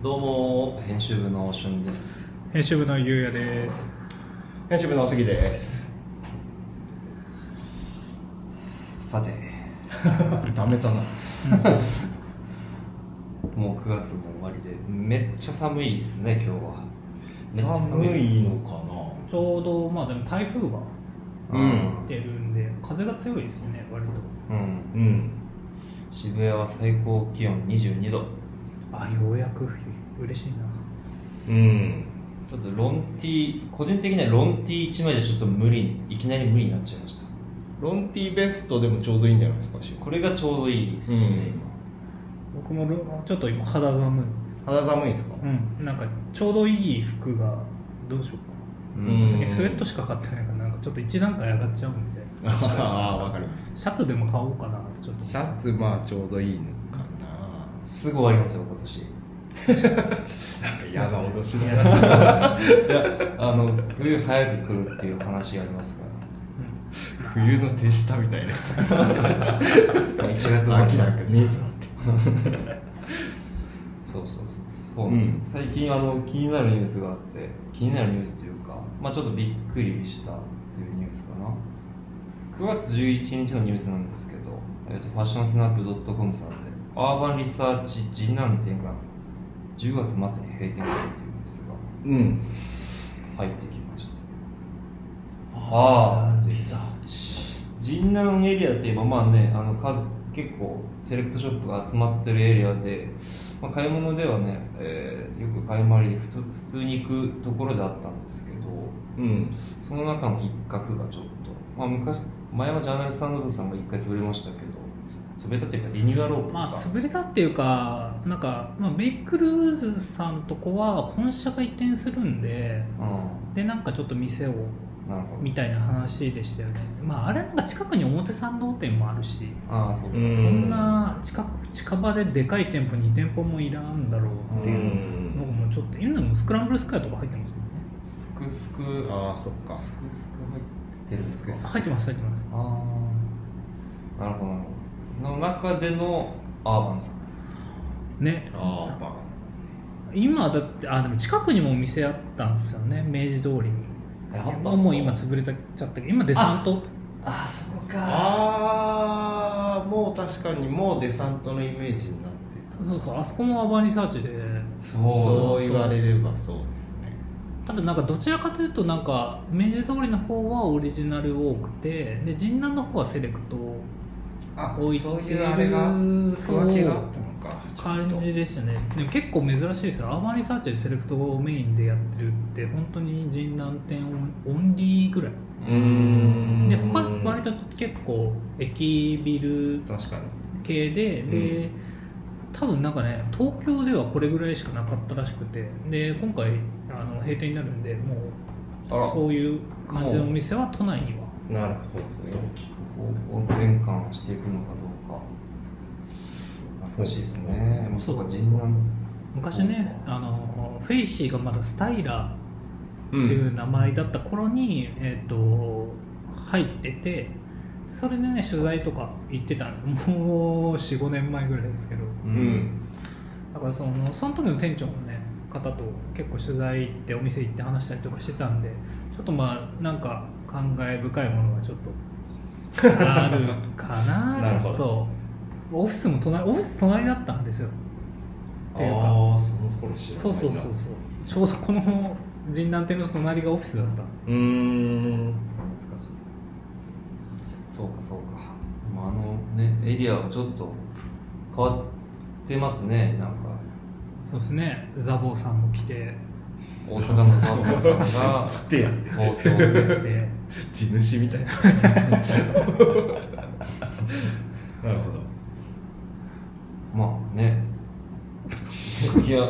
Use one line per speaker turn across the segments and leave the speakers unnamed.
どうも編集部のしゅんです
編集部のゆうや です
編集部の杉です。
さて
ダメだな。
もう9月も終わりでめっちゃ寒いですね今日はめっちゃ寒い
寒いのかな。
ちょうどまあでも台風が
うん
来てるんで風が強いですよね割と
うん
うん。
渋谷は最高気温22度
あようやく嬉しいな
うん。
ちょっとロンティー個人的にはロンティー1枚じゃちょっと無理にいきなり無理になっちゃいました
ロンティベストでもちょうどいいんじゃないですか。し
これがちょうどいいですね、
僕もろちょっと今肌寒いです
肌寒いんですか。
うんなんかちょうどいい服がどうしよ
今
う
うか
ん
な、スウェットしか買ってないからなんかちょっと一段階上がっちゃうんで
ああ、わかります。
シャツでも買おうかなちょっと
シャツまあちょうどいいのか
すぐ終わりますよ今年
な。なんか嫌な脅し
い
だ
やだ
な。
から
いやあの冬早く来るっていう話がありますか
うん
冬の手下みた いな。
ら1月の
秋なんかねえぞって。
そうそうそうそうなんですよ、
うん
最近あの気になるニュースがあって気になるニュースというか、まあ、ちょっとびっくりしたっていうニュースかな9月11日のニュースなんですけど、えっとファッションスナップ .com さんでアーバンリサーチ次男店が10月末に閉店するっていうニュース
うん。
が入ってきましたああ
リサーチ。
神南エリアって言えばまあねあの数結構セレクトショップが集まってるエリアで、まあ、買い物ではね、えーよく買い回りでふと普通に行くところであったんですけど
うん。
その中の一角がちょっと、まあ、昔前はジャーナリストンドさんが一回潰れましたけどつ潰れたっていうかリニューアルオープンが、
まあ潰れたっていうかなんか、まあ、ベイクルーズさんとこは本社が移転するんででなんかちょっと店を
うんなるほど
みたいな話でしたよねまああれなんか近くに表参道店もあるし、
ああそうだ、
うん
そんな近く近場ででかい店舗2店舗もいらんだろうって
う
いうの
ん。
もちょっと今でもスクランブルスクエアとか入ってますもんね
すくすく
ああ、そっか。
すくすく入ってるんですか
入ってます入ってます
ああなるほどなるほどの中でのアーバンさん
ね
ああ、まあ。
今だってあでも近くにもお店あったんですよね明治通りに
えあったんすか
もう今潰れちゃったけど今デサント
あそう
ああ、もう確かにもうデサントのイメージになってた。
そうそうあそこもアーバンリサーチで
そ
そうう言われればそうですね。
ただなんかどちらかというとなんか明治通りの方はオリジナル多くてで神南の方はセレクト
あ
置いてる
そういうあれが
そ
そう分けがあったのか
感じでしたねでも結構珍しいですよアーバンリサーチでセレクトをメインでやってるって本当に神南店オンオンリーぐらい
うん
で他割と結構駅ビル
確かに
系でで、多分なんかね東京ではこれぐらいしかなかったらしくてで今回あの閉店になるんでもう
あら
そういう感じのお店は都内には
なるほ
大きく方向転換していくのかどうか懐かしいですねもうそうか人南
昔ね
そう
あのフェイシーがまだスタイラ
ど
ーっていう名前だった頃に、えー、と入っててそれでね取材とか行ってたんですよもう45年前ぐらいですけど
う
うんん
だからそのその時の店長の、ね、方と結構取材行ってお店行って話したりとかしてたんでちょっとまあなんか感慨深いものがちょっとあるかな
な
ちょ
るほ
っ
ど
とオフィスも隣オフィス隣だったんですよっていうか
ああその頃知らない
そ
な
うそうそうそうちょうどこの神南店の隣がオフィスだった
うーん
懐かしいそうかそうかでもあのねエリアがちょっと変わってますねなんか
そうですねザボーさんも来て
大阪のサーバさん が
来てや
東京で
来て
地主みたいな なるほど
まあねいや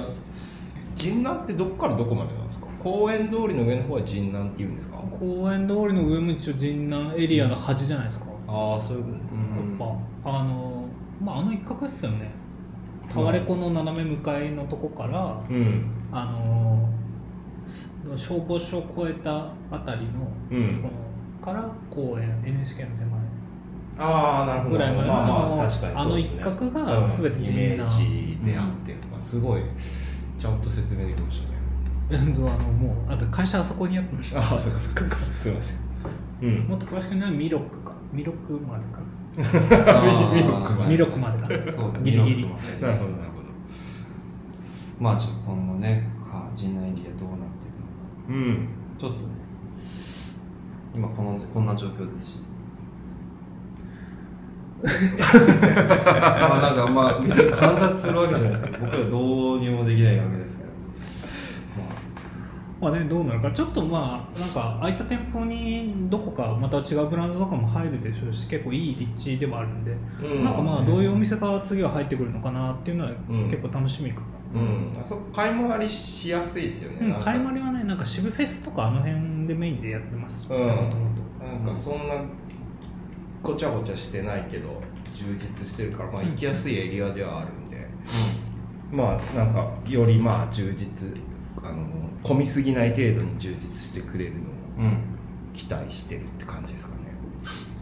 銀南ってどこからどこまでなんですか公園通りの上の方は銀南って言うんですか
公園通りの上も一応神南エリアの端じゃないですか、
ああそういうこ
うん
まあ、あのまああの一角っすよねタワレコの斜め向かいのとこから、
とうん
あの消防署を越えたあたりの
う
とこ
ん
ろから公園 NHK の手前
ああなるほど
ぐらいまでの、
まあまあ
あの
確かにそうですね
あの一角が全て
イ
神
メ
南、
ージであってとかすごいちゃん説明できましたね
えっとあのもうあと会社あそこにあったの
ああそうかそうかすいませんうん
もっと詳しくないミロックかミロックまでか
あー
ミロックまで
ミロックまでか
そうだ
ギリギリ
ミロックまで
なるほどなるほど
まあちょっと今後ねか陣内エリアどうなっていくのか
うん
ちょっとね今このこんな状況ですしまあなんかまあ別に観察するわけじゃないですけど僕はどうにもできないわけですけどま
まあねどうなるかちょっとまあなんか空いた店舗にどこかまた違うブランドとかも入るでしょうし結構いい立地ではあるんで、
うん
なんかまあどういうお店が次は入ってくるのかなっていうのは
ん
結構楽しみかな、
うんあそこ買い回りしやすいですよね
うん
なんか
買い回りはねなんか渋フェスとかあの辺でメインでやってます
うん
もともと
なんかそんなごちゃごちゃしてないけど充実してるからまあ行きやすいエリアではあるんで、まあなんかよりまあ充実あの混みすぎない程度に充実してくれるのを
あうん、うん、
期待してるって感じですかね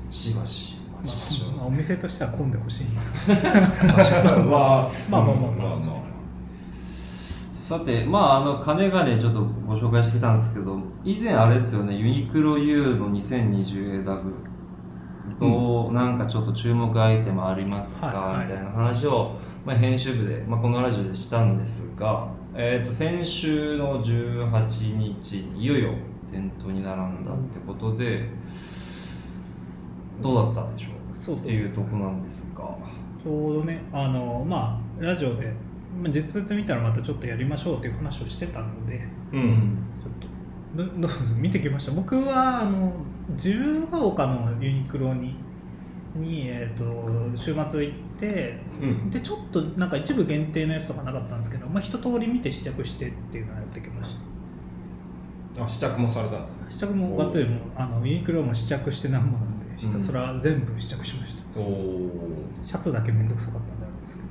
しばし待ちましょう
まあ、お店としては混んでほしいんですけ
は
まあまあまあまあ
さて、まあ、あの、金がね、ちょっとご紹介してきたんですけど、以前あれですよね、ユニクロ U の 2020AW と、なんかちょっと注目アイテムありますか、
はいはい
みたいな話を、まあ、編集部で、まあ、このラジオでしたんですが、えっ、と、先週の18日に、いよいよ店頭に並んだってことで、どうだったでしょう
そうそう
っていうとこなんですが。
ちょうどねあのまあラジオでまあ実物見たらまたちょっとやりましょうっていう話をしてたので
う
うんん。
ちょっとどどう ぞ見てきました僕はあの自由が丘のユニクロにに、えー、と週末行って
うん
でちょっとなんか一部限定のやつとかなかったんですけど、まあ、一通り見て試着してっていうのをやってきました
あ試着もされたんですね
試着もがっつりもうあのユニクロも試着してなんぼなんでひたすら全部試着しました、
お お
シャツだけめんどくさかったんであれですけど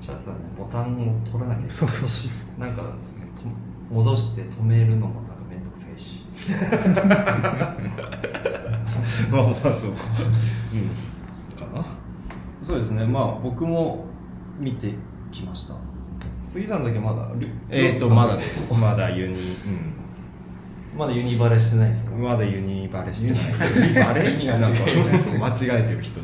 シャツはね、ボタンを取らなきゃいけない。
そうそうそうそ
なんかですね、と戻して止めるのもなんかめんどくさいし。
まあまあそううんかな
そうですね、まあ僕も見てきました。杉さんだけまだ、
えっ、とまだですまだユニ、うん
まだユニバレしてないですか、
まだユニバレしてない。ユニバ レ
ユニバレ違いますね
なんか間違えてる人。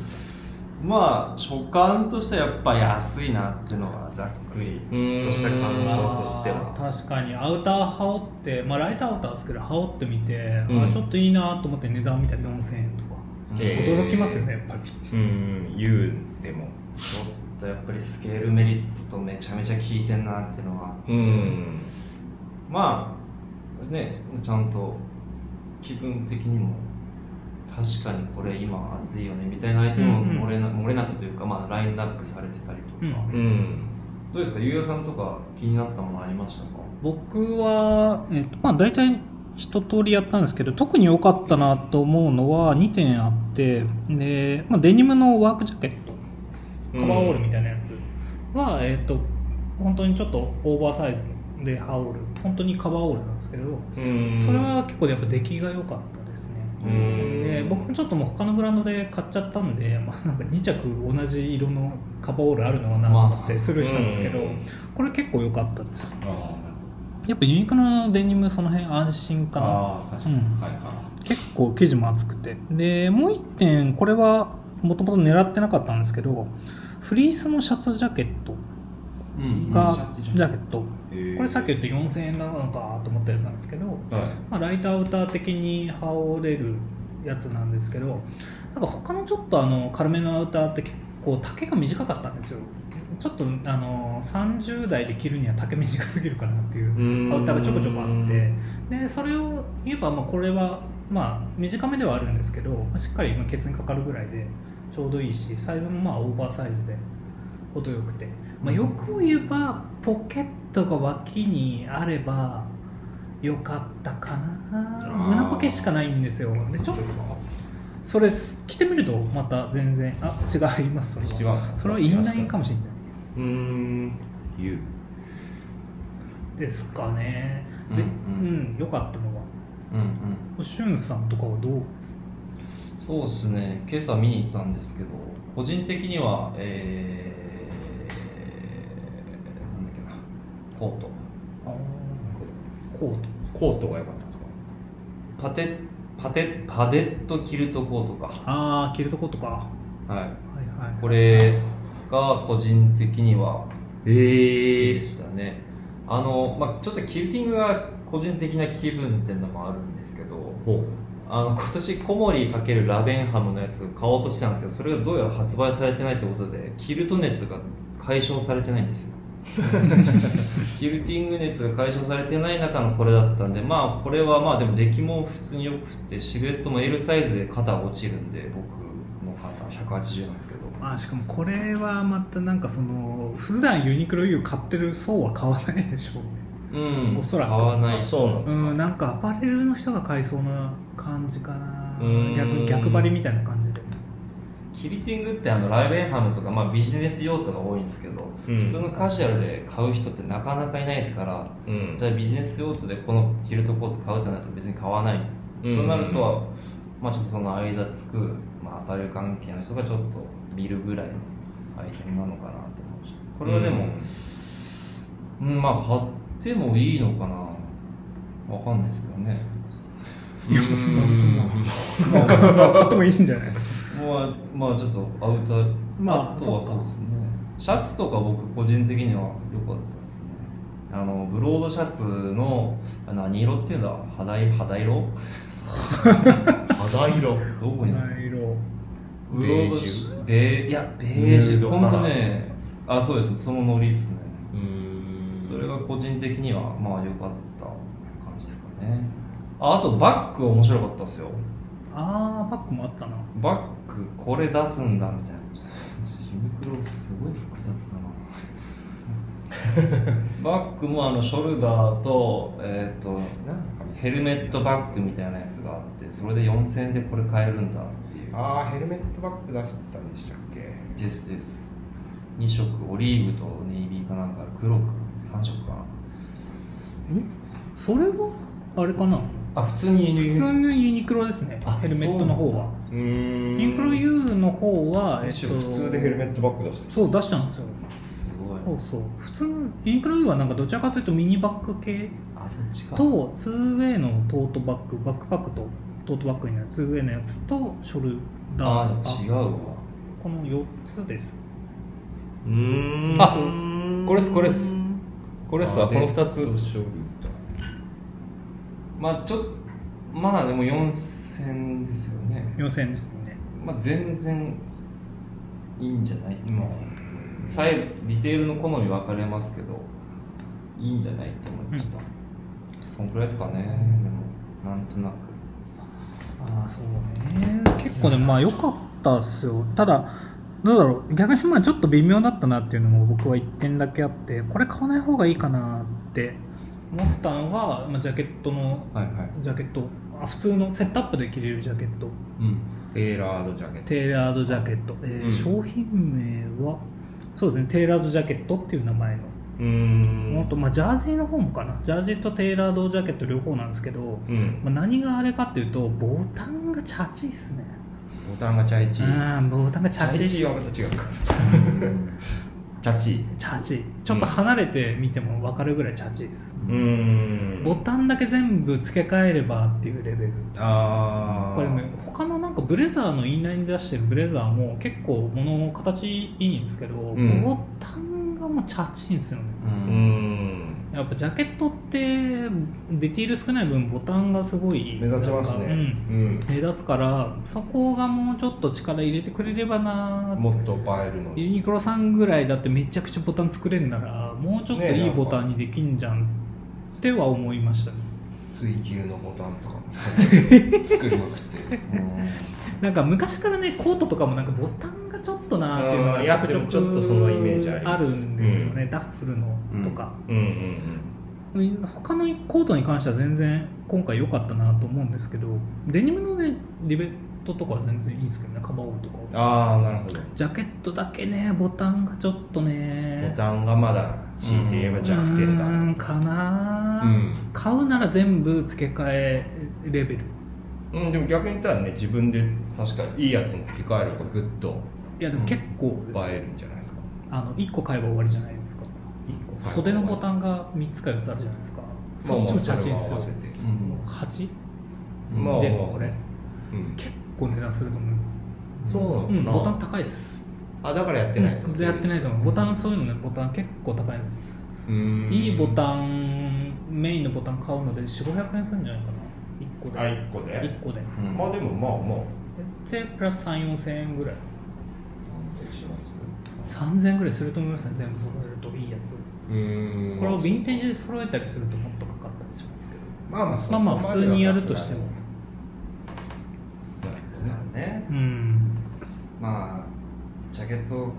まあ、所感としてはやっぱ安いなっていうのがざっくりとした感想としては。
確かにアウター羽織って、まあ、ライトアウターですけど羽織ってみて、
うん
あちょっといいなと思って値段見たら4000円とか
うん
えー
驚きますよねやっぱり
うん、言うでも。
ちょっとやっぱりスケールメリットとめちゃめちゃ効いてんなっていうのはあって
うん。
まあねちゃんと気分的にも確かにこれ今熱いよねみたいなアイテムも
うんうん
漏れな,、漏れなくというか、まあ、ラインナップされてたりとか、
うん
うん。
どうですかゆうやさんとか気になったものありましたか
僕は、えっとまあ、大体一通りやったんですけど特に良かったなと思うのは2点あってで、まあ、デニムのワークジャケットカバーオールみたいなやつは、えっと本当にちょっとオーバーサイズで羽織る本当にカバーオールなんですけど
うん。
それは結構やっぱ出来が良かったですね
うん。
で僕もちょっともう他のブランドで買っちゃったんで、まあ、なんか2着同じ色のカバーオールあるのかなと思っ
まあ
てスルーしたんですけど、
うん
これ結構良かったです
あ
やっぱユニクロのデニムその辺安心
ー
かな
あー、確かに。
うん
はいは
結構生地も厚くてでもう一点これはもともと狙ってなかったんですけどフリースのシャツジャケット
うん
がジャケット
いへー。
これさっき言って4000円なのかと思ったやつなんですけど、
はい。
まあ、ライトアウター的に羽織れるやつなんですけどなんか他のちょっとあの軽めのアウターって結構丈が短かったんですよちょっとあの30代で着るには丈短すぎるかなっていうアウターがちょこちょこあってでそれを言えばまあこれはまあ短めではあるんですけどまあしっかりまあケツにかかるぐらいでちょうどいいしサイズもまあオーバーサイズで程よくて、まあ、欲を言えばポケットが脇にあればよかったかな
ー
胸ポケしかないんですよでちょっとそれ着てみるとまた全然あ違いますそ
違
れ
う
はそれはインラインかもしれない
うん。言う。
ですかね
うん
で
う
うんん良、かったのは
うんうん
しゅんさんとかはどうです
そうっすね今朝見に行ったんですけど個人的にはえー、なんだっけなコート
コート
コートが良かったんですか
パテパテパデットキルトコートか
ああ着るとことかは
はい
いはい
これが個人的には好
え
きでしたね、あの、まあ、ちょっとキルティングが個人的な気分っていうのもあるんですけど
ほ
あの今年コモリ×ラベンハムのやつを買おうとしてたんですけどそれがどうやら発売されてないってことでキルト熱が解消されてないんですよキルティング熱が解消されてない中のこれだったんでまあこれはまあでも出来も普通によくってシルエットも L サイズで肩落ちるんで僕の肩180なんですけど
まあしかもこれはまたなんかその普段ユニクロ U 買ってる層は買わないでしょう ね
うん
おそらく
買わな
あ
い
そうなんで
うんなんかアパレルの人が買いそうな感じかな
うーん
逆逆張りみたいな感じで
キルティングってあのライベンハムとか、まあ、ビジネス用途が多いんですけど、
うん
普通のカジュアルで買う人ってなかなかいないですから
うん
じゃあビジネス用途でこのキルトコート買うとなると別に買わない、となるとは、まあ、ちょっとその間つく、まあ、アパレル関係の人がちょっと見るぐらいのアイテムなのかなと思うしこれはでも、うんまあ買ってもいいのかなわかんないですけどね
うんうん
まあ買ってもいいんじゃないですか
まあ、まあちょっとアウター
まあ
とは
そっか
そうですねシャツとか僕個人的には良かったですねあのブロードシャツのあ何色っていうんだ肌い肌色
肌色
どこにある
七色
ブロード
ベージ
ベーいやベージ
ヌー
ュ
ドか
本
な
当ねあそうですそのノリっすね
うん
それが個人的にはまあ良かった感じですかねああとバッグ面白かったですよ
ああバッグもあったな
バッグこれ出すんだみたいなユニクロすごい複雑だな バッグもあのショルダーと,、えー、と
なんか
ヘルメットバッグみたいなやつがあってそれで4000円でこれ買えるんだっていう
ああヘルメットバッグ出してたんでしたっけ
ですです2色オリーブとネイビーかなんか黒く3色か
それはあれかな
なあ普通に
普通のユニクロですね
あ
ヘルメットの方は
うん
ユニクロ U の方は、えっと、
普通でヘルメットバッグ出して
そう出したんですよ
すごい
そうそう普通のユニクロ U はなんかどちらかというとミニバッグ系
あそっちか
と 2way のトートバッグバックパックとトートバッグになる 2way のやつとショルダ
あ
ー
違
と
う
か
わ
この4つです
うん
あこれっすこれっすこまあちょっまあでも4000ですよね
4000円ですね
まあ、全然いいんじゃない、
まあ
さえディテールの好み分かれますけどいいんじゃないと思いました、そんくらいですかねでもなんとなく
ああそうね結構ねまあ良かったっすよただどうだろう逆にまあちょっと微妙だったなっていうのも僕は1点だけあってこれ買わない方がいいかなって思ったのが、まあ、ジャケットの
はいはい
ジャケットあ普通のセットアップで着れるジャケット
うん
テーラードジャケット
テイラードジャケット、えー
うん
商品名はそうですねテイラードジャケットっていう名前の
う
もっ
ん
と、まあ、ジャージの方もかなジャージとテイラードジャケット両方なんですけど、
うん
まあ、何があれかっていうとボタンがチャチいっすね
ボタンがチャイチ
うんボタンがチ
チャ
ャ
イ
チ
チ
い
はまた違うかチャチ
チャチいちょっと離れて見ても分かるぐらいチャチいです、
ん
ボタンだけ全部付け替えればっていうレベル
ああ
これね他のなんかブレザーのインラインで出してるブレザーも結構物形いいんですけど、
ん
ボタンがもうチャチいんですよね
う
うんん
やっぱジャケットってディティール少ない分ボタンがすごい
目立ちます
なん
ね
かうん
うん
目立つからそこがもうちょっと力入れてくれればな
もっと映えるの
ユ
に
ニクロさんぐらいだってめちゃくちゃボタン作れんならもうちょっと
ねえ
いい
なんか
ボタンにできんじゃんっては思いましたね
水牛のボタン とかも作りまくってる
うん
なんか昔からねコートとかもなんかボタンがちょっとなっていうの
う
が
んいやでもちょっとそのイメージあります
あるんですよね、ダッフルのとか、
うんうん
他のコートに関しては全然今回良かったなと思うんですけどデニムのねリベットとかは全然いいんですけどねカバーオールとかは
うんああなるほど
ジャケットだけねボタンがちょっとね
ボタンがまだ強いて言えば弱点だ
うーんかな、
うん
買うなら全部付け替えレベル
うんでも逆に言ったらね自分で
確かに
いいやつに付け替えればグッと
いやでも結構ですよ、
映えるんじゃないですか
あの1個買えば終わりじゃないですか
1個
袖のボタンが3つか4つあるじゃないですか、そっちも写真ですよ、
うん
8
まあ
でもこれ
うん
結構値段すると思います、
そうなの
う
か
ん、
な
ボタン高いです
あだからやってないと
うんやってないと思うボタンそういうのねボタン結構高いんです
うん
いいボタンメインのボタン買うので4500円するんじゃないかな1個で、
あ1個で
1個で
うん
まあでもまあまあ
でプラス34000円ぐらい
します
3000円ぐらいすると思いますね全部揃えるといいやつ
うん
これをヴィンテージで揃えたりするともっとかかったりしますけど
まあまあそ
まあ
こ
まあ
では
普通にやるとしても
さすがに
なるね
うん
まあジャケット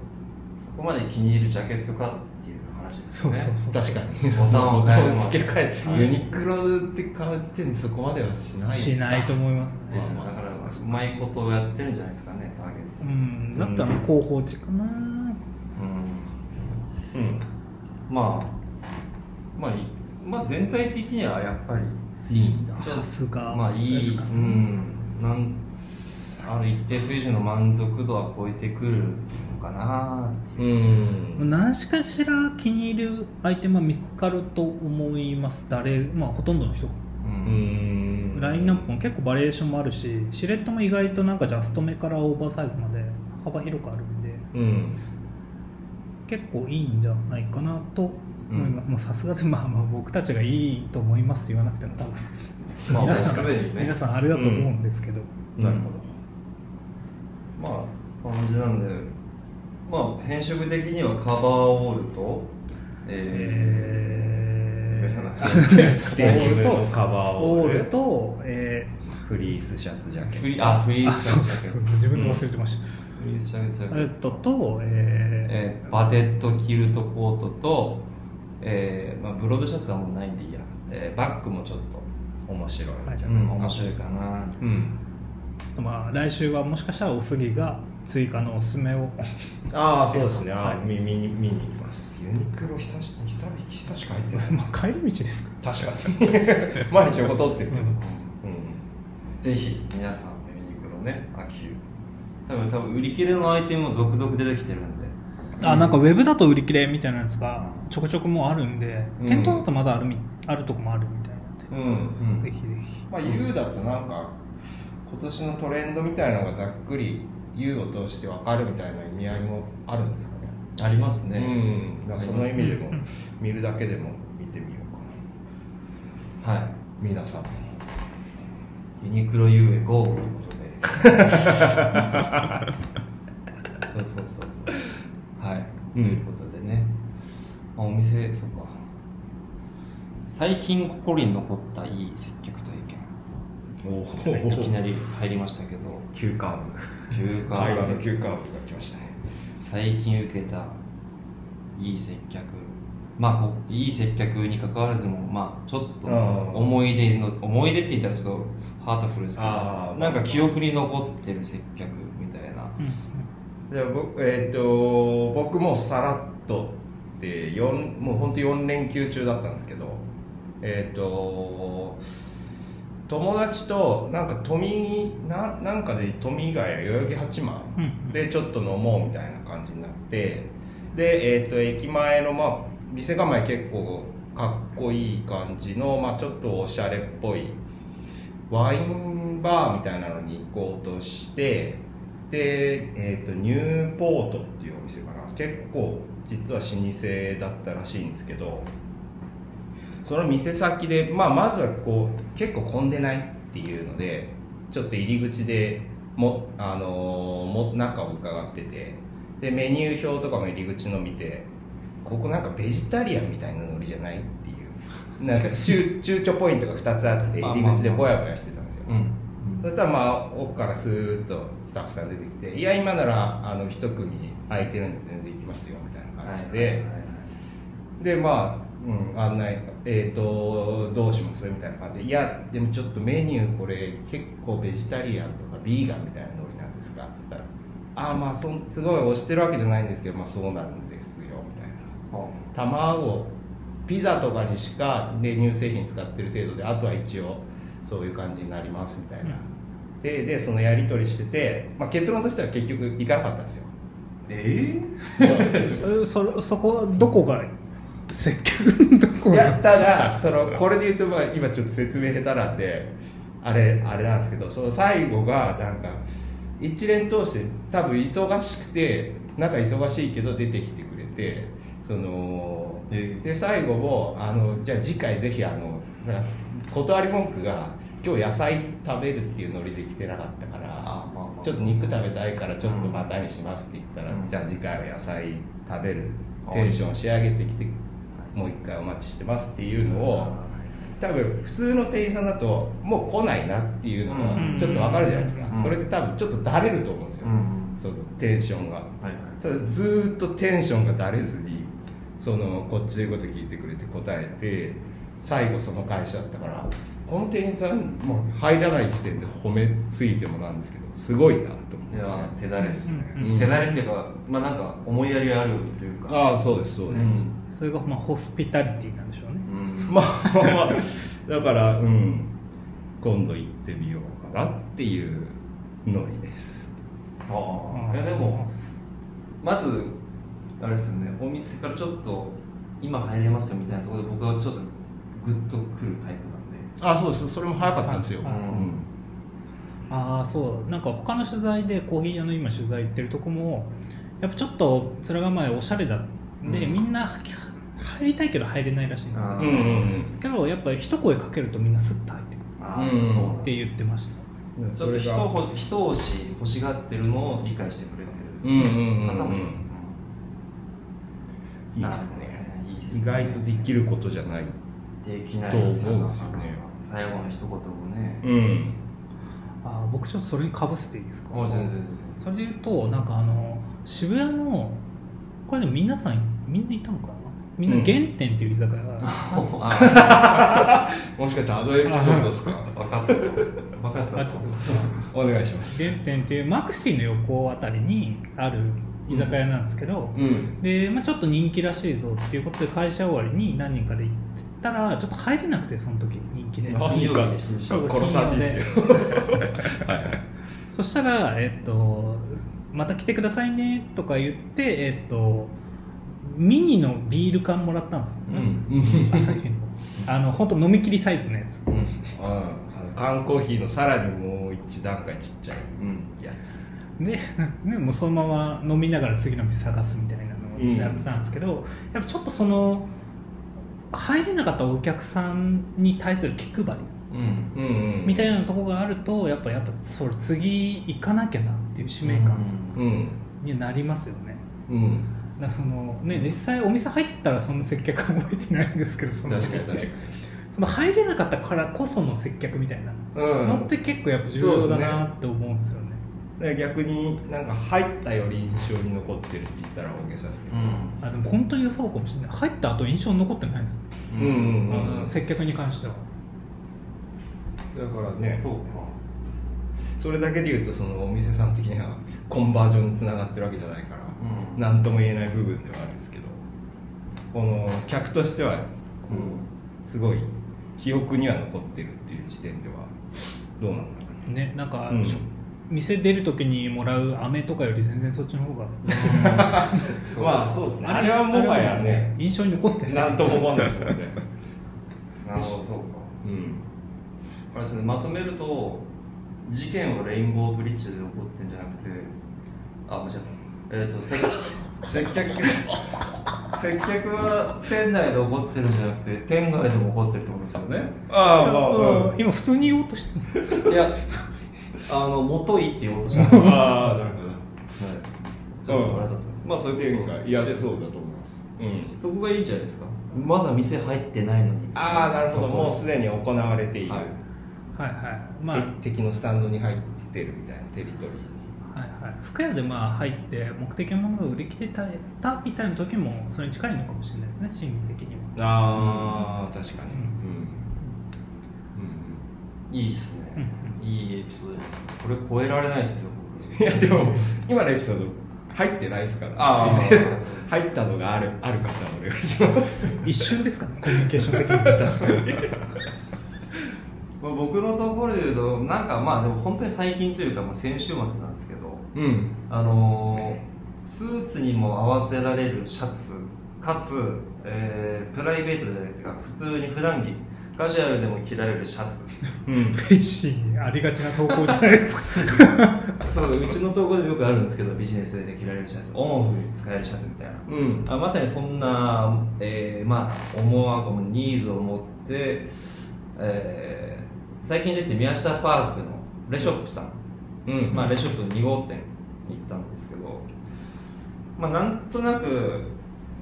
そこまで気に入るジャケットかっていう話です
そ
よ
う
ね
そうそう
確か に
ボタンを変える
ボタンを付け替え、
はい
ユニクロで買う時点でそこまではしない
しないと思いますね
ですねだからうまいことをやってるんじゃないですかねターゲット
うんだったら広報値かな
うん
うん
まあまあいまあ全体的にはやっぱりいいんだ
さすが
まあい
です
い、う
かね
ん、なんある一定水準の満足度は超えてくるのかなって
う
いう、
ん
何しかしら気に入るアイテムは見つかると思います誰まあほとんどの人が
う
うんん
ラインナップも結構バリエーションもあるしシレットも意外となんかジャスト目からオーバーサイズまで幅広くあるんで
うん
結構いいんじゃないかなと思います、もうさすがでまあまあ僕たちがいいと思いますって言わなくても多分
まあもう
皆さん
すでにね
皆さんあれだと思うんですけど、
なるほど
まあ感じなんでまあ変色的にはカバーオールとえー、
えー
ステージ上のカバー
オ
を
ールと、え
フリースシャツジャケ
フ
ッ
リーあフリ
ー、
ー
あ
ス
そう
シ
そ
ャ
うそ
ツ
う自分で忘れてました、
フリースシャツジャケ
え
ッ
っ
ト
とと、え
えーバテッドキルトコートと、えーまあ、ブロードシャツはもうないんでいいや、えーバッグもちょっと、
ト面白いじゃ
うんん、面白いかなって
うん
ーちょっとまあ来週はもしかしたらおすぎが追加のおすすめを
ああそうですね
はい
あー見見に見に行きますユニクロ久し久々久しく入ってない
まあ帰り道ですか
確か に毎日ほとってるけど
うん
うん
ぜひ皆さんもユニクロね秋多分多分売り切れのアイテムも続々出てきてるんで
あなんかウェブだと売り切れみたいなやつが
うん
ちょこちょこもうあるんで、
うん
店頭だとまだあるみあるとこもあるみたいなんで、
うん
うん
ぜひぜひ
まあ U だとなんか今年のトレンドみたいなのがざっくり U を通して分かるみたいな意味合いもあるんですかね
ありますね、
うん、だからその意味でも
うん
見るだけでも見てみようかな
は
皆さんも
いユニクロ u へ GO ということでそうそうそうそうはい、
うん
ということでね、まあ、お店そうか最近心に残ったいい接客体
お
験いきな
り
り入りましたけど
急カー
休
ブ会話
暇
の急カーブが来ましたね
最近受けたいい接客まあこういい接客に関わらずもまあちょっと
あー
思い出の思い出って言ったらちょっとハートフルですけど
あー
なんか記憶に残ってる接客みたいな
うん
じゃあ僕,、えー、と僕もさらっとで4もう本当4連休中だったんですけどえっ、と友達となんか富ななんかで富ヶ谷代々木八幡
うんうん
でちょっと飲もうみたいな感じになってで、えー、と駅前の、まあ、店構え結構かっこいい感じの、まあ、ちょっとおしゃれっぽいワインバーみたいなのに行こうとしてで、えー、とニューポートっていうお店かな結構実は老舗だったらしいんですけどその店先で、まあ、まずはこう結構混んでないっていうのでちょっと入り口でも、あのーも中を伺っててでメニュー表とかも入り口の見てここなんかベジタリアンみたいなノリじゃないっていうなんか 躊躊躇ポイントが2つあって入り口でぼやぼやしてたんですよ、
うん、
そしたらまあ奥からスーッとスタッフさん出てきて「いや今ならあの一組空いてるんで全然行きますよ」みたいな感じで、でまあ、うん、案内えっ、とどうしますみたいな感じでいやでもちょっとメニューこれ結構ベジタリアンとかビーガンみたいなノリなんですかっつったら「ああまあそんすごい押してるわけじゃないんですけどまあそうなんですよ」みたいな卵ピザとかにしかで乳製品使ってる程度であとは一応そういう感じになりますみたいな、ででそのやり取りしてて、まあ、結論としては結局行かなかったんですよ
え
そそそこはどこが接客のところ
いやただそのこれで言うと、まあ、今ちょっと説明下手なんであれあれなんですけどその最後がなんか一連通して多分忙しくて仲忙しいけど出てきてくれてその
え
で最後もあのじゃあ次回ぜひあのなんか断り文句が今日野菜食べるっていうノリで来てなかったから
あまあまあ
ちょっと肉食べたいからちょっとまたにしますって言ったら、
うん
じゃあ次回は野菜食べるテンション仕上げてきてもう一回お待ちしてますっていうのを多分普通の店員さんだともう来ないなっていうのが
うん
ちょっとわかるじゃないですか、
うん
それで多分ちょっとだれると思うんですよ、
うん
そのテンションが
はいはい
ただずーっとテンションがだれずにそのこっちのこと聞いてくれて答えて最後その会社だったからこの店員さんもう入らない時点で褒めすぎてもなんですけどすごいなと思っ
い
て、
や手だれっすね、
うん
手だれっていうかまあなんか思いやりあるというか
ああそうですそうです、
うん
それがまあホスピタリティなんでしょうね
うん
まあまあまあだからうん今度行ってみようかなっていうノリです
ああいやでもまずあれですよねお店からちょっと今入れますよみたいなところで僕はちょっとグッとくるタイプなんで
あそうですそれも早かったんですよ、
はい
はい
うん
ああそうなんか他の取材でコーヒー屋の今取材行ってるとこもやっぱちょっと面構えおしゃれだで、
うん
みんなは入りたいけど入れないらしいんですよ
あ
う
ー
んうん
けどやっぱり一声かけるとみんなスッと入ってくる
ああ、
うん
そう
っ
って言ってました
うん
ちょっと
そ
人
れが
をほ人をし欲しがってるのを理解してくれて
う
る
んうんうん
方も
う
いる、う
ん
ん
いい
な
っ
る
す
ほど
ね
ねいいっすね
意外とできることじゃない
できないですよ
と思うんですよね
最後の一言もね、
うん
あー僕ちょっとそれにかぶせていいですか
あ全然全然
それで言うとなんかあの渋谷のこれでも皆さんみんないたのかなみんな原点っていう居酒屋 が、
あ
もしかしたらあのエピソードですか
分かった ぞ分かった
あ
ぞ
と
お願いします
原点っていうマクシティの横あたりにある居酒屋なんですけど、
うん
で、まあ、ちょっと人気らしいぞっていうことで会社終わりに何人かで行ったらちょっと入れなくてその時人気で
あ
何か
そう
殺さんです よ
そしたら、えっと「また来てくださいね」とか言って、えっと、ミニのビール缶もらったんですよ
う
ね、
ん
朝日のあの本当飲み切りサイズのやつ
うん
うん缶コーヒーのさらにもう一段階ちっちゃい
うん
やつ
でね、もうそのまま飲みながら次の店探すみたいなのをやってたんですけど、やっぱちょっとその入れなかったお客さんに対する気配り
うん
うんうん
みたいなとこがあるとやっぱやっぱそれ次行かなきゃなっていう使命
うん
感
うん
になりますよね、
うん
だからそのね実際お店入ったらそんな接客覚えてないんですけどそ
確
の
かに確かに
その入れなかったからこその接客みたいな
うん
のって結構やっぱ重要だなって思うんですよね
だから逆になんか入ったより印象に残ってるって言ったら大げさですけ
う
ど
ん
あでも本当にそうかもしれない入った後印象に残ってないんですよ、
うんうんうん
あの接客に関しては
だからね
そう
それだけで言うとそのお店さん的にはコンバージョンにつながってるわけじゃないから
かうん
何とも言えない部分ではあるんですけどこの客としてはこ うすごい記憶には残ってるっていう時点ではどうなんだろ
ねなんか、
うん
しょ店出る時にもらう飴とかより全然そっちの方が
うまあそうですねあれは
は
もはやね
印象に残ってない
何とも思わないですよね、
なるほどそうか
うん、
あれですねまとめると事件はレインボーブリッジで起こってんじゃなくてあ間違ったえっ、と接 接客 が接客は店内で起こってるんじゃなくて店外でも起こってるってことですよね
ああまあ
うん今普通に言おうとしてるんですか
い やあの元いって言おうとしたんですはい
ああなるほど
ちょっと笑っちゃったんです、
まあそういう点がいやそうだと思います、うん、
そこがいいんじゃないですかまだ店入ってないのに
ああなるほどもうすでに行われている、
はい
はいはいまあ
て敵のスタンドに入ってるみたいなテリトリーに
はいはい、服屋でまあ入って目的のものが売り切れたみたいな時もそれに近いのかもしれないですね心理的には
ああ確かに
うん
うん
いいっすね、
うん
いいエピソードですねそれ超えられないですよ
いやでも 今のエピソード入ってないですから
あー
入ったのがあるある方お願いします
一瞬ですかねコミュニケーション的に確か に
僕、まあ、僕のところで言うとなんかまあでも本当に最近というか、まあ、先週末なんですけど
うん
あのースーツにも合わせられるシャツかつ、えープライベートじゃないっていうか普通に普段着カジュアルでも着られるシャツ
うん
フェイシーにありがちな投稿じゃないですか
そううちの投稿でもよくあるんですけどビジネスで着られるシャツオンオフに使えるシャツみたいな
うん
あまさにそんな、えーまあ、思わごもニーズを持って、えー最近できて宮下パークのレショップさん
うん
まあ、レショップの2号店に行ったんですけど、まあ、なんとなく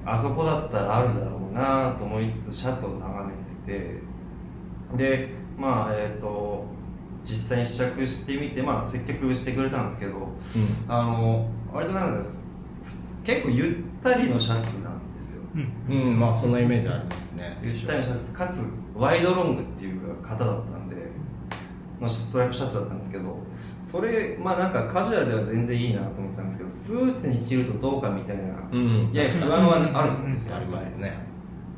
あそこだったらあるだろうなと思いつつシャツを眺めててでまあえっ、と実際に試着してみて、まあ、接客してくれたんですけどあの割となんです結構ゆったりのシャツなんですよ
うん
うん、うん、まあそんなイメージありますね
ゆったりのシャツかつワイドロングっていう型だったんでのストライプシャツだったんですけどそれまあなんかカジュアルでは全然いいなと思ったんですけどスーツに着るとどうかみたいな
うん
いや不安はあるんですよ
ありますね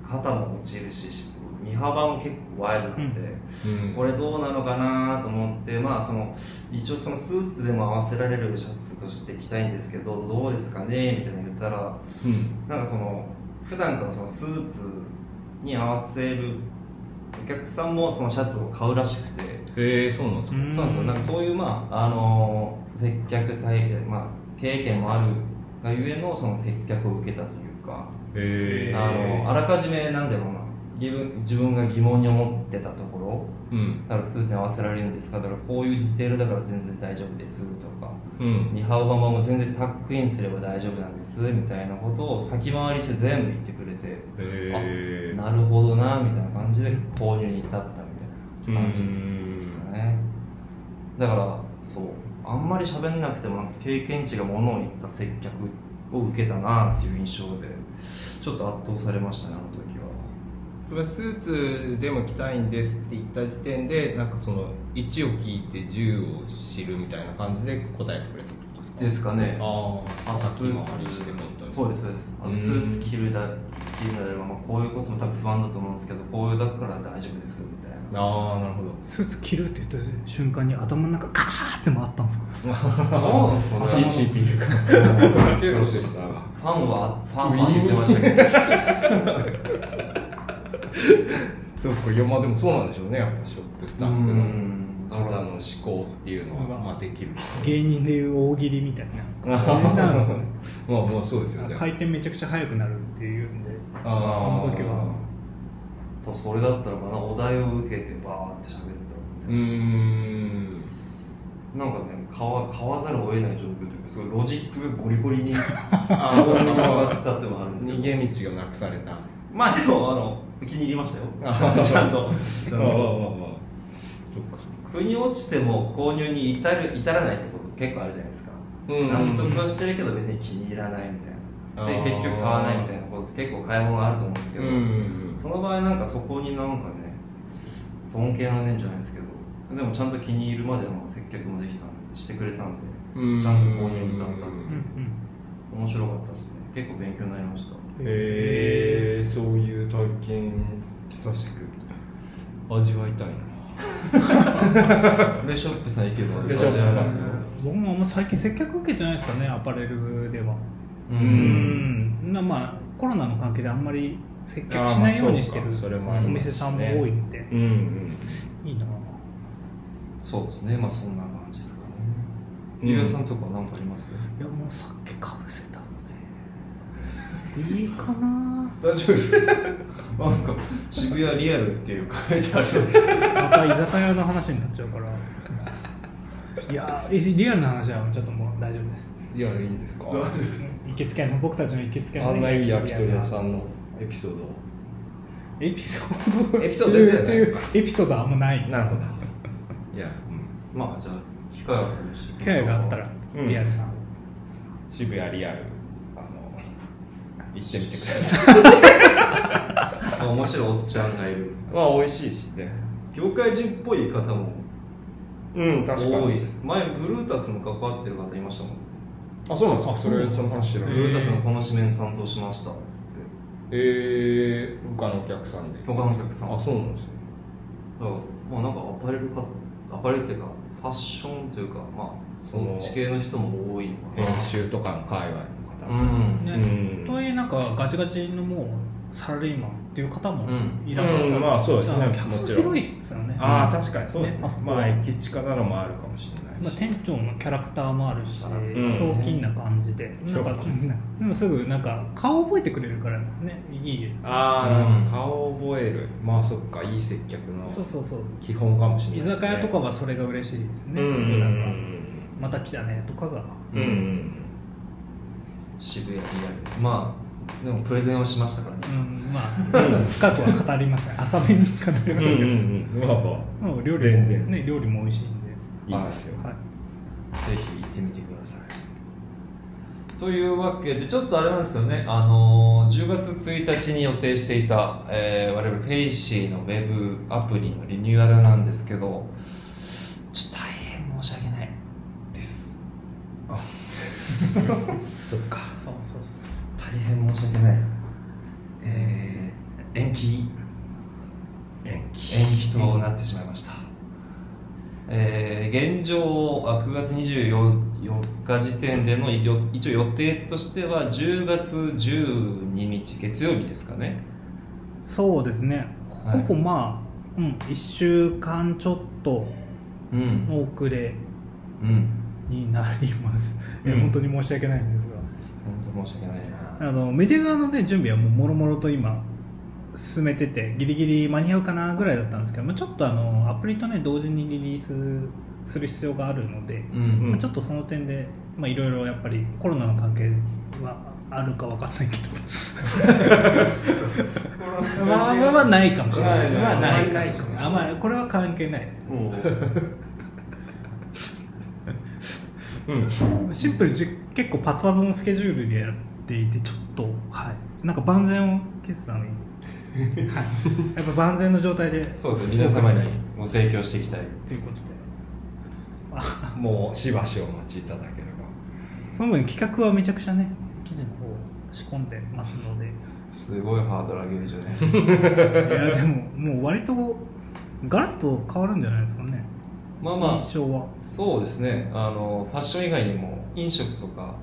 肩も落ちるし身幅も結構ワイドなんで、
うん
これどうなのかなと思ってまあその一応そのスーツでも合わせられるシャツとして着たいんですけどどうですかねみたいなの言ったら
うん
なんかその普段からそのスーツに合わせるお客さんもそのシャツを買うらしくて、
へえそうなんです
そうなん
か
ですよなんかそういうまああの接客体験、まあ、経験もあるがゆえのその接客を受けたというか、
へえ
あのあらかじめなんだろうな自分自分が疑問に思ってたところ
うん
だからスーツに合わせられるんですかだからこういうディテールだから全然大丈夫ですとか
うん
身幅も全然タックインすれば大丈夫なんですみたいなことを先回りして全部言ってくれて。
へえ
なるほどなみたいな感じで購入に至ったみたいな感じですかね、だからそうあんまり喋んなくてもなんか経験値がものを言った接客を受けたなっていう印象でちょっと圧倒されましたねあの時は
それはスーツでも着たいんですって言った時点でなんかその1を聞いて10を知るみたいな感じで答えてくれたってことですか
ですかね
あー
あ
さっきも
スーツ
話してもらった
そうですそうですあのスーツ着るだ着るのであれば、まあ、こういうことも多分不安だと思うんですけどこういうだから大丈夫ですみたいな
ああなるほど
スーツ着るって言った瞬間に頭の中ガーって回ったんですか
そうですかね
CCP か
結構
し
ファンはファンファン言ってましたけど
そうかいやまあでもそうなんでしょうねやっぱショップスタッフの方の思考っていうのは、まあ、できる
芸人でいう大喜利みたいな
人ま
そうなんですかね
あまあそうですよね
回転めちゃくちゃ速くなるっていうんで
あ
あの時は
とそれだったらかなお題を受けてバーって喋ったみ
う
たい
ーん
な,、なんかね買わ買わざるを得ない状況というかすごいロジックがゴリゴリに
あーそうか
上が
ま
っ
あ
てたっていうのもあるんですけ
逃
ど
げ道がなくされた
まあでもあの気に入りました
あー
よちゃんとちゃんと
そっかそっか
腑に落ちても購入に至る至らないってこと結構あるじゃないですか
うん
納得はしてるけど別に気に入らないみたいなで
あー
結局買わないみたいなこと結構買い物あると思うんですけ
う
ど、
ん
その場合なんかそこになんかね尊敬の念じゃないですけどでもちゃんと気に入るまでの接客もできたんでしてくれたんで
うん
ちゃんと購入に至ったんで
うんうん
面白かったですね結構勉強になりました
へえそういう体験久しく味わいたいな
レショップさん行けば
レショップさん
僕もあんま最近接客受けてないですかねアパレルでは
う
うんんなまあコロナの関係であんまり接客しないようにしてる
あーまあそうかそれも
あ
お
ります
店
ね
さんも多いんで
うんうん
いいな
そうですねまあそんな感じですかね
うん
ゆうやさんとか何かあります
いやもうさっきかぶせたのでいいかな
大丈夫ですなんか渋谷リアルっていう書いてあり ます
また居酒屋の話になっちゃうからいやえリアルな話はちょっともう大丈夫です
いやいいん ですか
行きつけの僕たちの行きつけの
あんないい焼き鳥屋
ん
さんのエピソードを
エピソード
エピソードやったよね
というエピソードはあんまないです
ほどいや、うん、
まあじゃあ機会があったらし
機会があったら
うん
リアルさん、
渋谷リアルあの行ってみてください
ま あ面白いおっちゃんがいる
まあ美味しいしね
業界人っぽい方も
うん
多いです前ブルータスも関わってる方いましたもん
あそうなんです
あ
かそれその話知ら
ブ
ない
ルータスのこの紙面担当しましたっつって
えー、他のお客さんで
他のお客さん
あそうなんですね
だからまあなんかアパレルかアパレルっていうかファッションというかまあそ
その
の地系の人も多いのかな
編集とかの界隈の方多
うん
分、
ね、
うん
とはいえなんかガチガチのもうサラリーマンっていう方も
うん
いらっしゃる、
うんまあそうですね
だから客層
もちろん
広いですよね
ああ確かにそうです
ね
ね
あそこ
まあ駅近なのもあるかもしれ
ま
な
あ、
いし、
店長のキャラクターもあるし、
うん
ひょうきんな感じで、なんか、
ひょう
そ
き
んなでもすぐ、なんか、顔覚えてくれるからね、いいですね。
ああ
うん
なんか顔覚えるまあそっかいい接客の
そうそうそう。
基本かもしれ
居
ないです、ね、
酒屋とかはそれが嬉しいですね、
うん
すぐなんか
う、ん
また来たねとかが。
うんうん
渋谷にあるまあでもプレゼンはしましたからね
うん、まあ、深くは語りません。浅めに語り
うん
ますけど、
うんうんまあまあ
まあ、料理も、
全然
ね、料理も美味しいんで、
いいですよ
はい。
ぜひ行ってみてくださいというわけでちょっとあれなんですよねあのー10月1日に予定していた、えー我々フェイシーのウェブアプリのリニューアルなんですけどちょっと大変申し訳ないです
そっか
そうそうそうそう。
大変申し訳ないえー延期
延期
延期となってしまいました、えー現状あ9月24 4日時点でのよ一応予定としては10月12日月曜日ですかね
そうですね、
はい
ほぼまあ、うん、1週間ちょっと
うん
の遅れ
うん
になります、え
うん
本当に申し訳ないんです
本当申し訳ないな
があのメディア側の、ね、準備はもうもろもろと今進めててギリギリ間に合うかなぐらいだったんですけど、まあ、ちょっとあのアプリと、ね、同時にリリースする必要があるので、
う
うん
まあ、ちょっとその点でまあいろいろやっぱりコロナの関係はあるかわかんないけ どまあまあまあないかもしれない
ない
まあない
な
か
い
もしれないあまあこれは関係ないです
うん
シンプルにじ結構パツパツのスケジュールでやっていてちょっとはいなんか万全を決算に、はい、やっぱ万全の状態でっ
そうですね皆様にご提供していきたい
ていうことで
もうしばしお待ちいただければ
その分企画はめちゃくちゃね記事の方を仕込んでますので
すごいハードル上げるじゃない ですか
いやでももう割とガラッと変わるんじゃないですかね
まあまあ
印象は
そうですねあのファッション以外にも飲食とか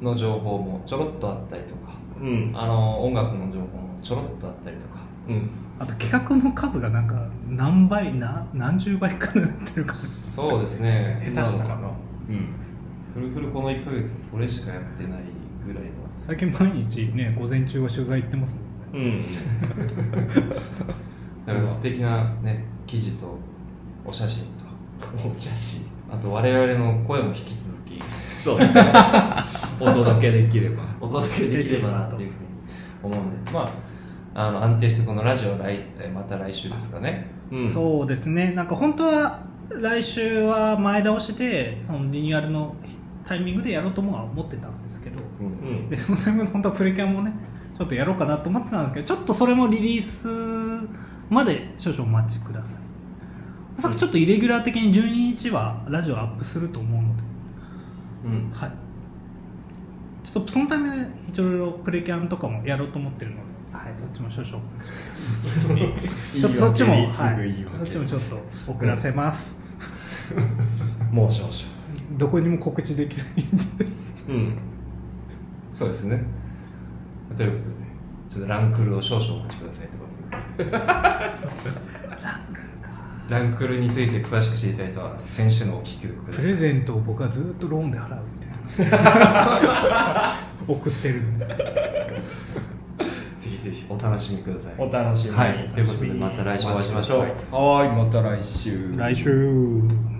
の情報もちょろっとあったりとか
うん
あの音楽の情報もちょろっとあったりとか
うん
あと企画の数がなんか何倍な何十倍かなってるか
そうですね
下手したかなうん
フルフルこの1ヶ月それしかやってないぐらいの
最近毎日ね午前中は取材行ってますもんね
うん
だから素敵なね記事とお写真と
お写真
あと我々の声も引き続き
そうですねお届けできれば
お届けできればなっていうふうに思うんでまああの安定してこのラジオ来えまた来週ですかね
う
そうですね、なんか本当は来週は前倒しで、そのリニューアルのタイミングでやろうともは思ってたんですけど、
う
うんん
でそのタイミングで本当はプレキャンもね、ちょっとやろうかなと思ってたんですけど、ちょっとそれもリリースまで少々お待ちください。おそらくちょっとイレギュラー的に12日はラジオアップすると思うので、
うん
はい、ちょっとそのためでいろいろプレキャンとかもやろうと思ってるので、はい、そっちも少々お待ちください。ちょっとそっちも、
言い訳
は
に次ぐ言
い
い、訳
そっちもちょっと遅らせます、
もう少々
どこにも告知できないんで
うん
そうですねということでちょっとランクルを少々お待ちくださいということでランクルについて詳しく知りたい人は先週のお聞きくださ
プ
い
レゼントを僕はずっとローンで払うみたいな 送ってるんで
ぜひぜひお楽しみください
お楽しみに
はいということでまた来週お会いしましょう
はいはいまた来週
来週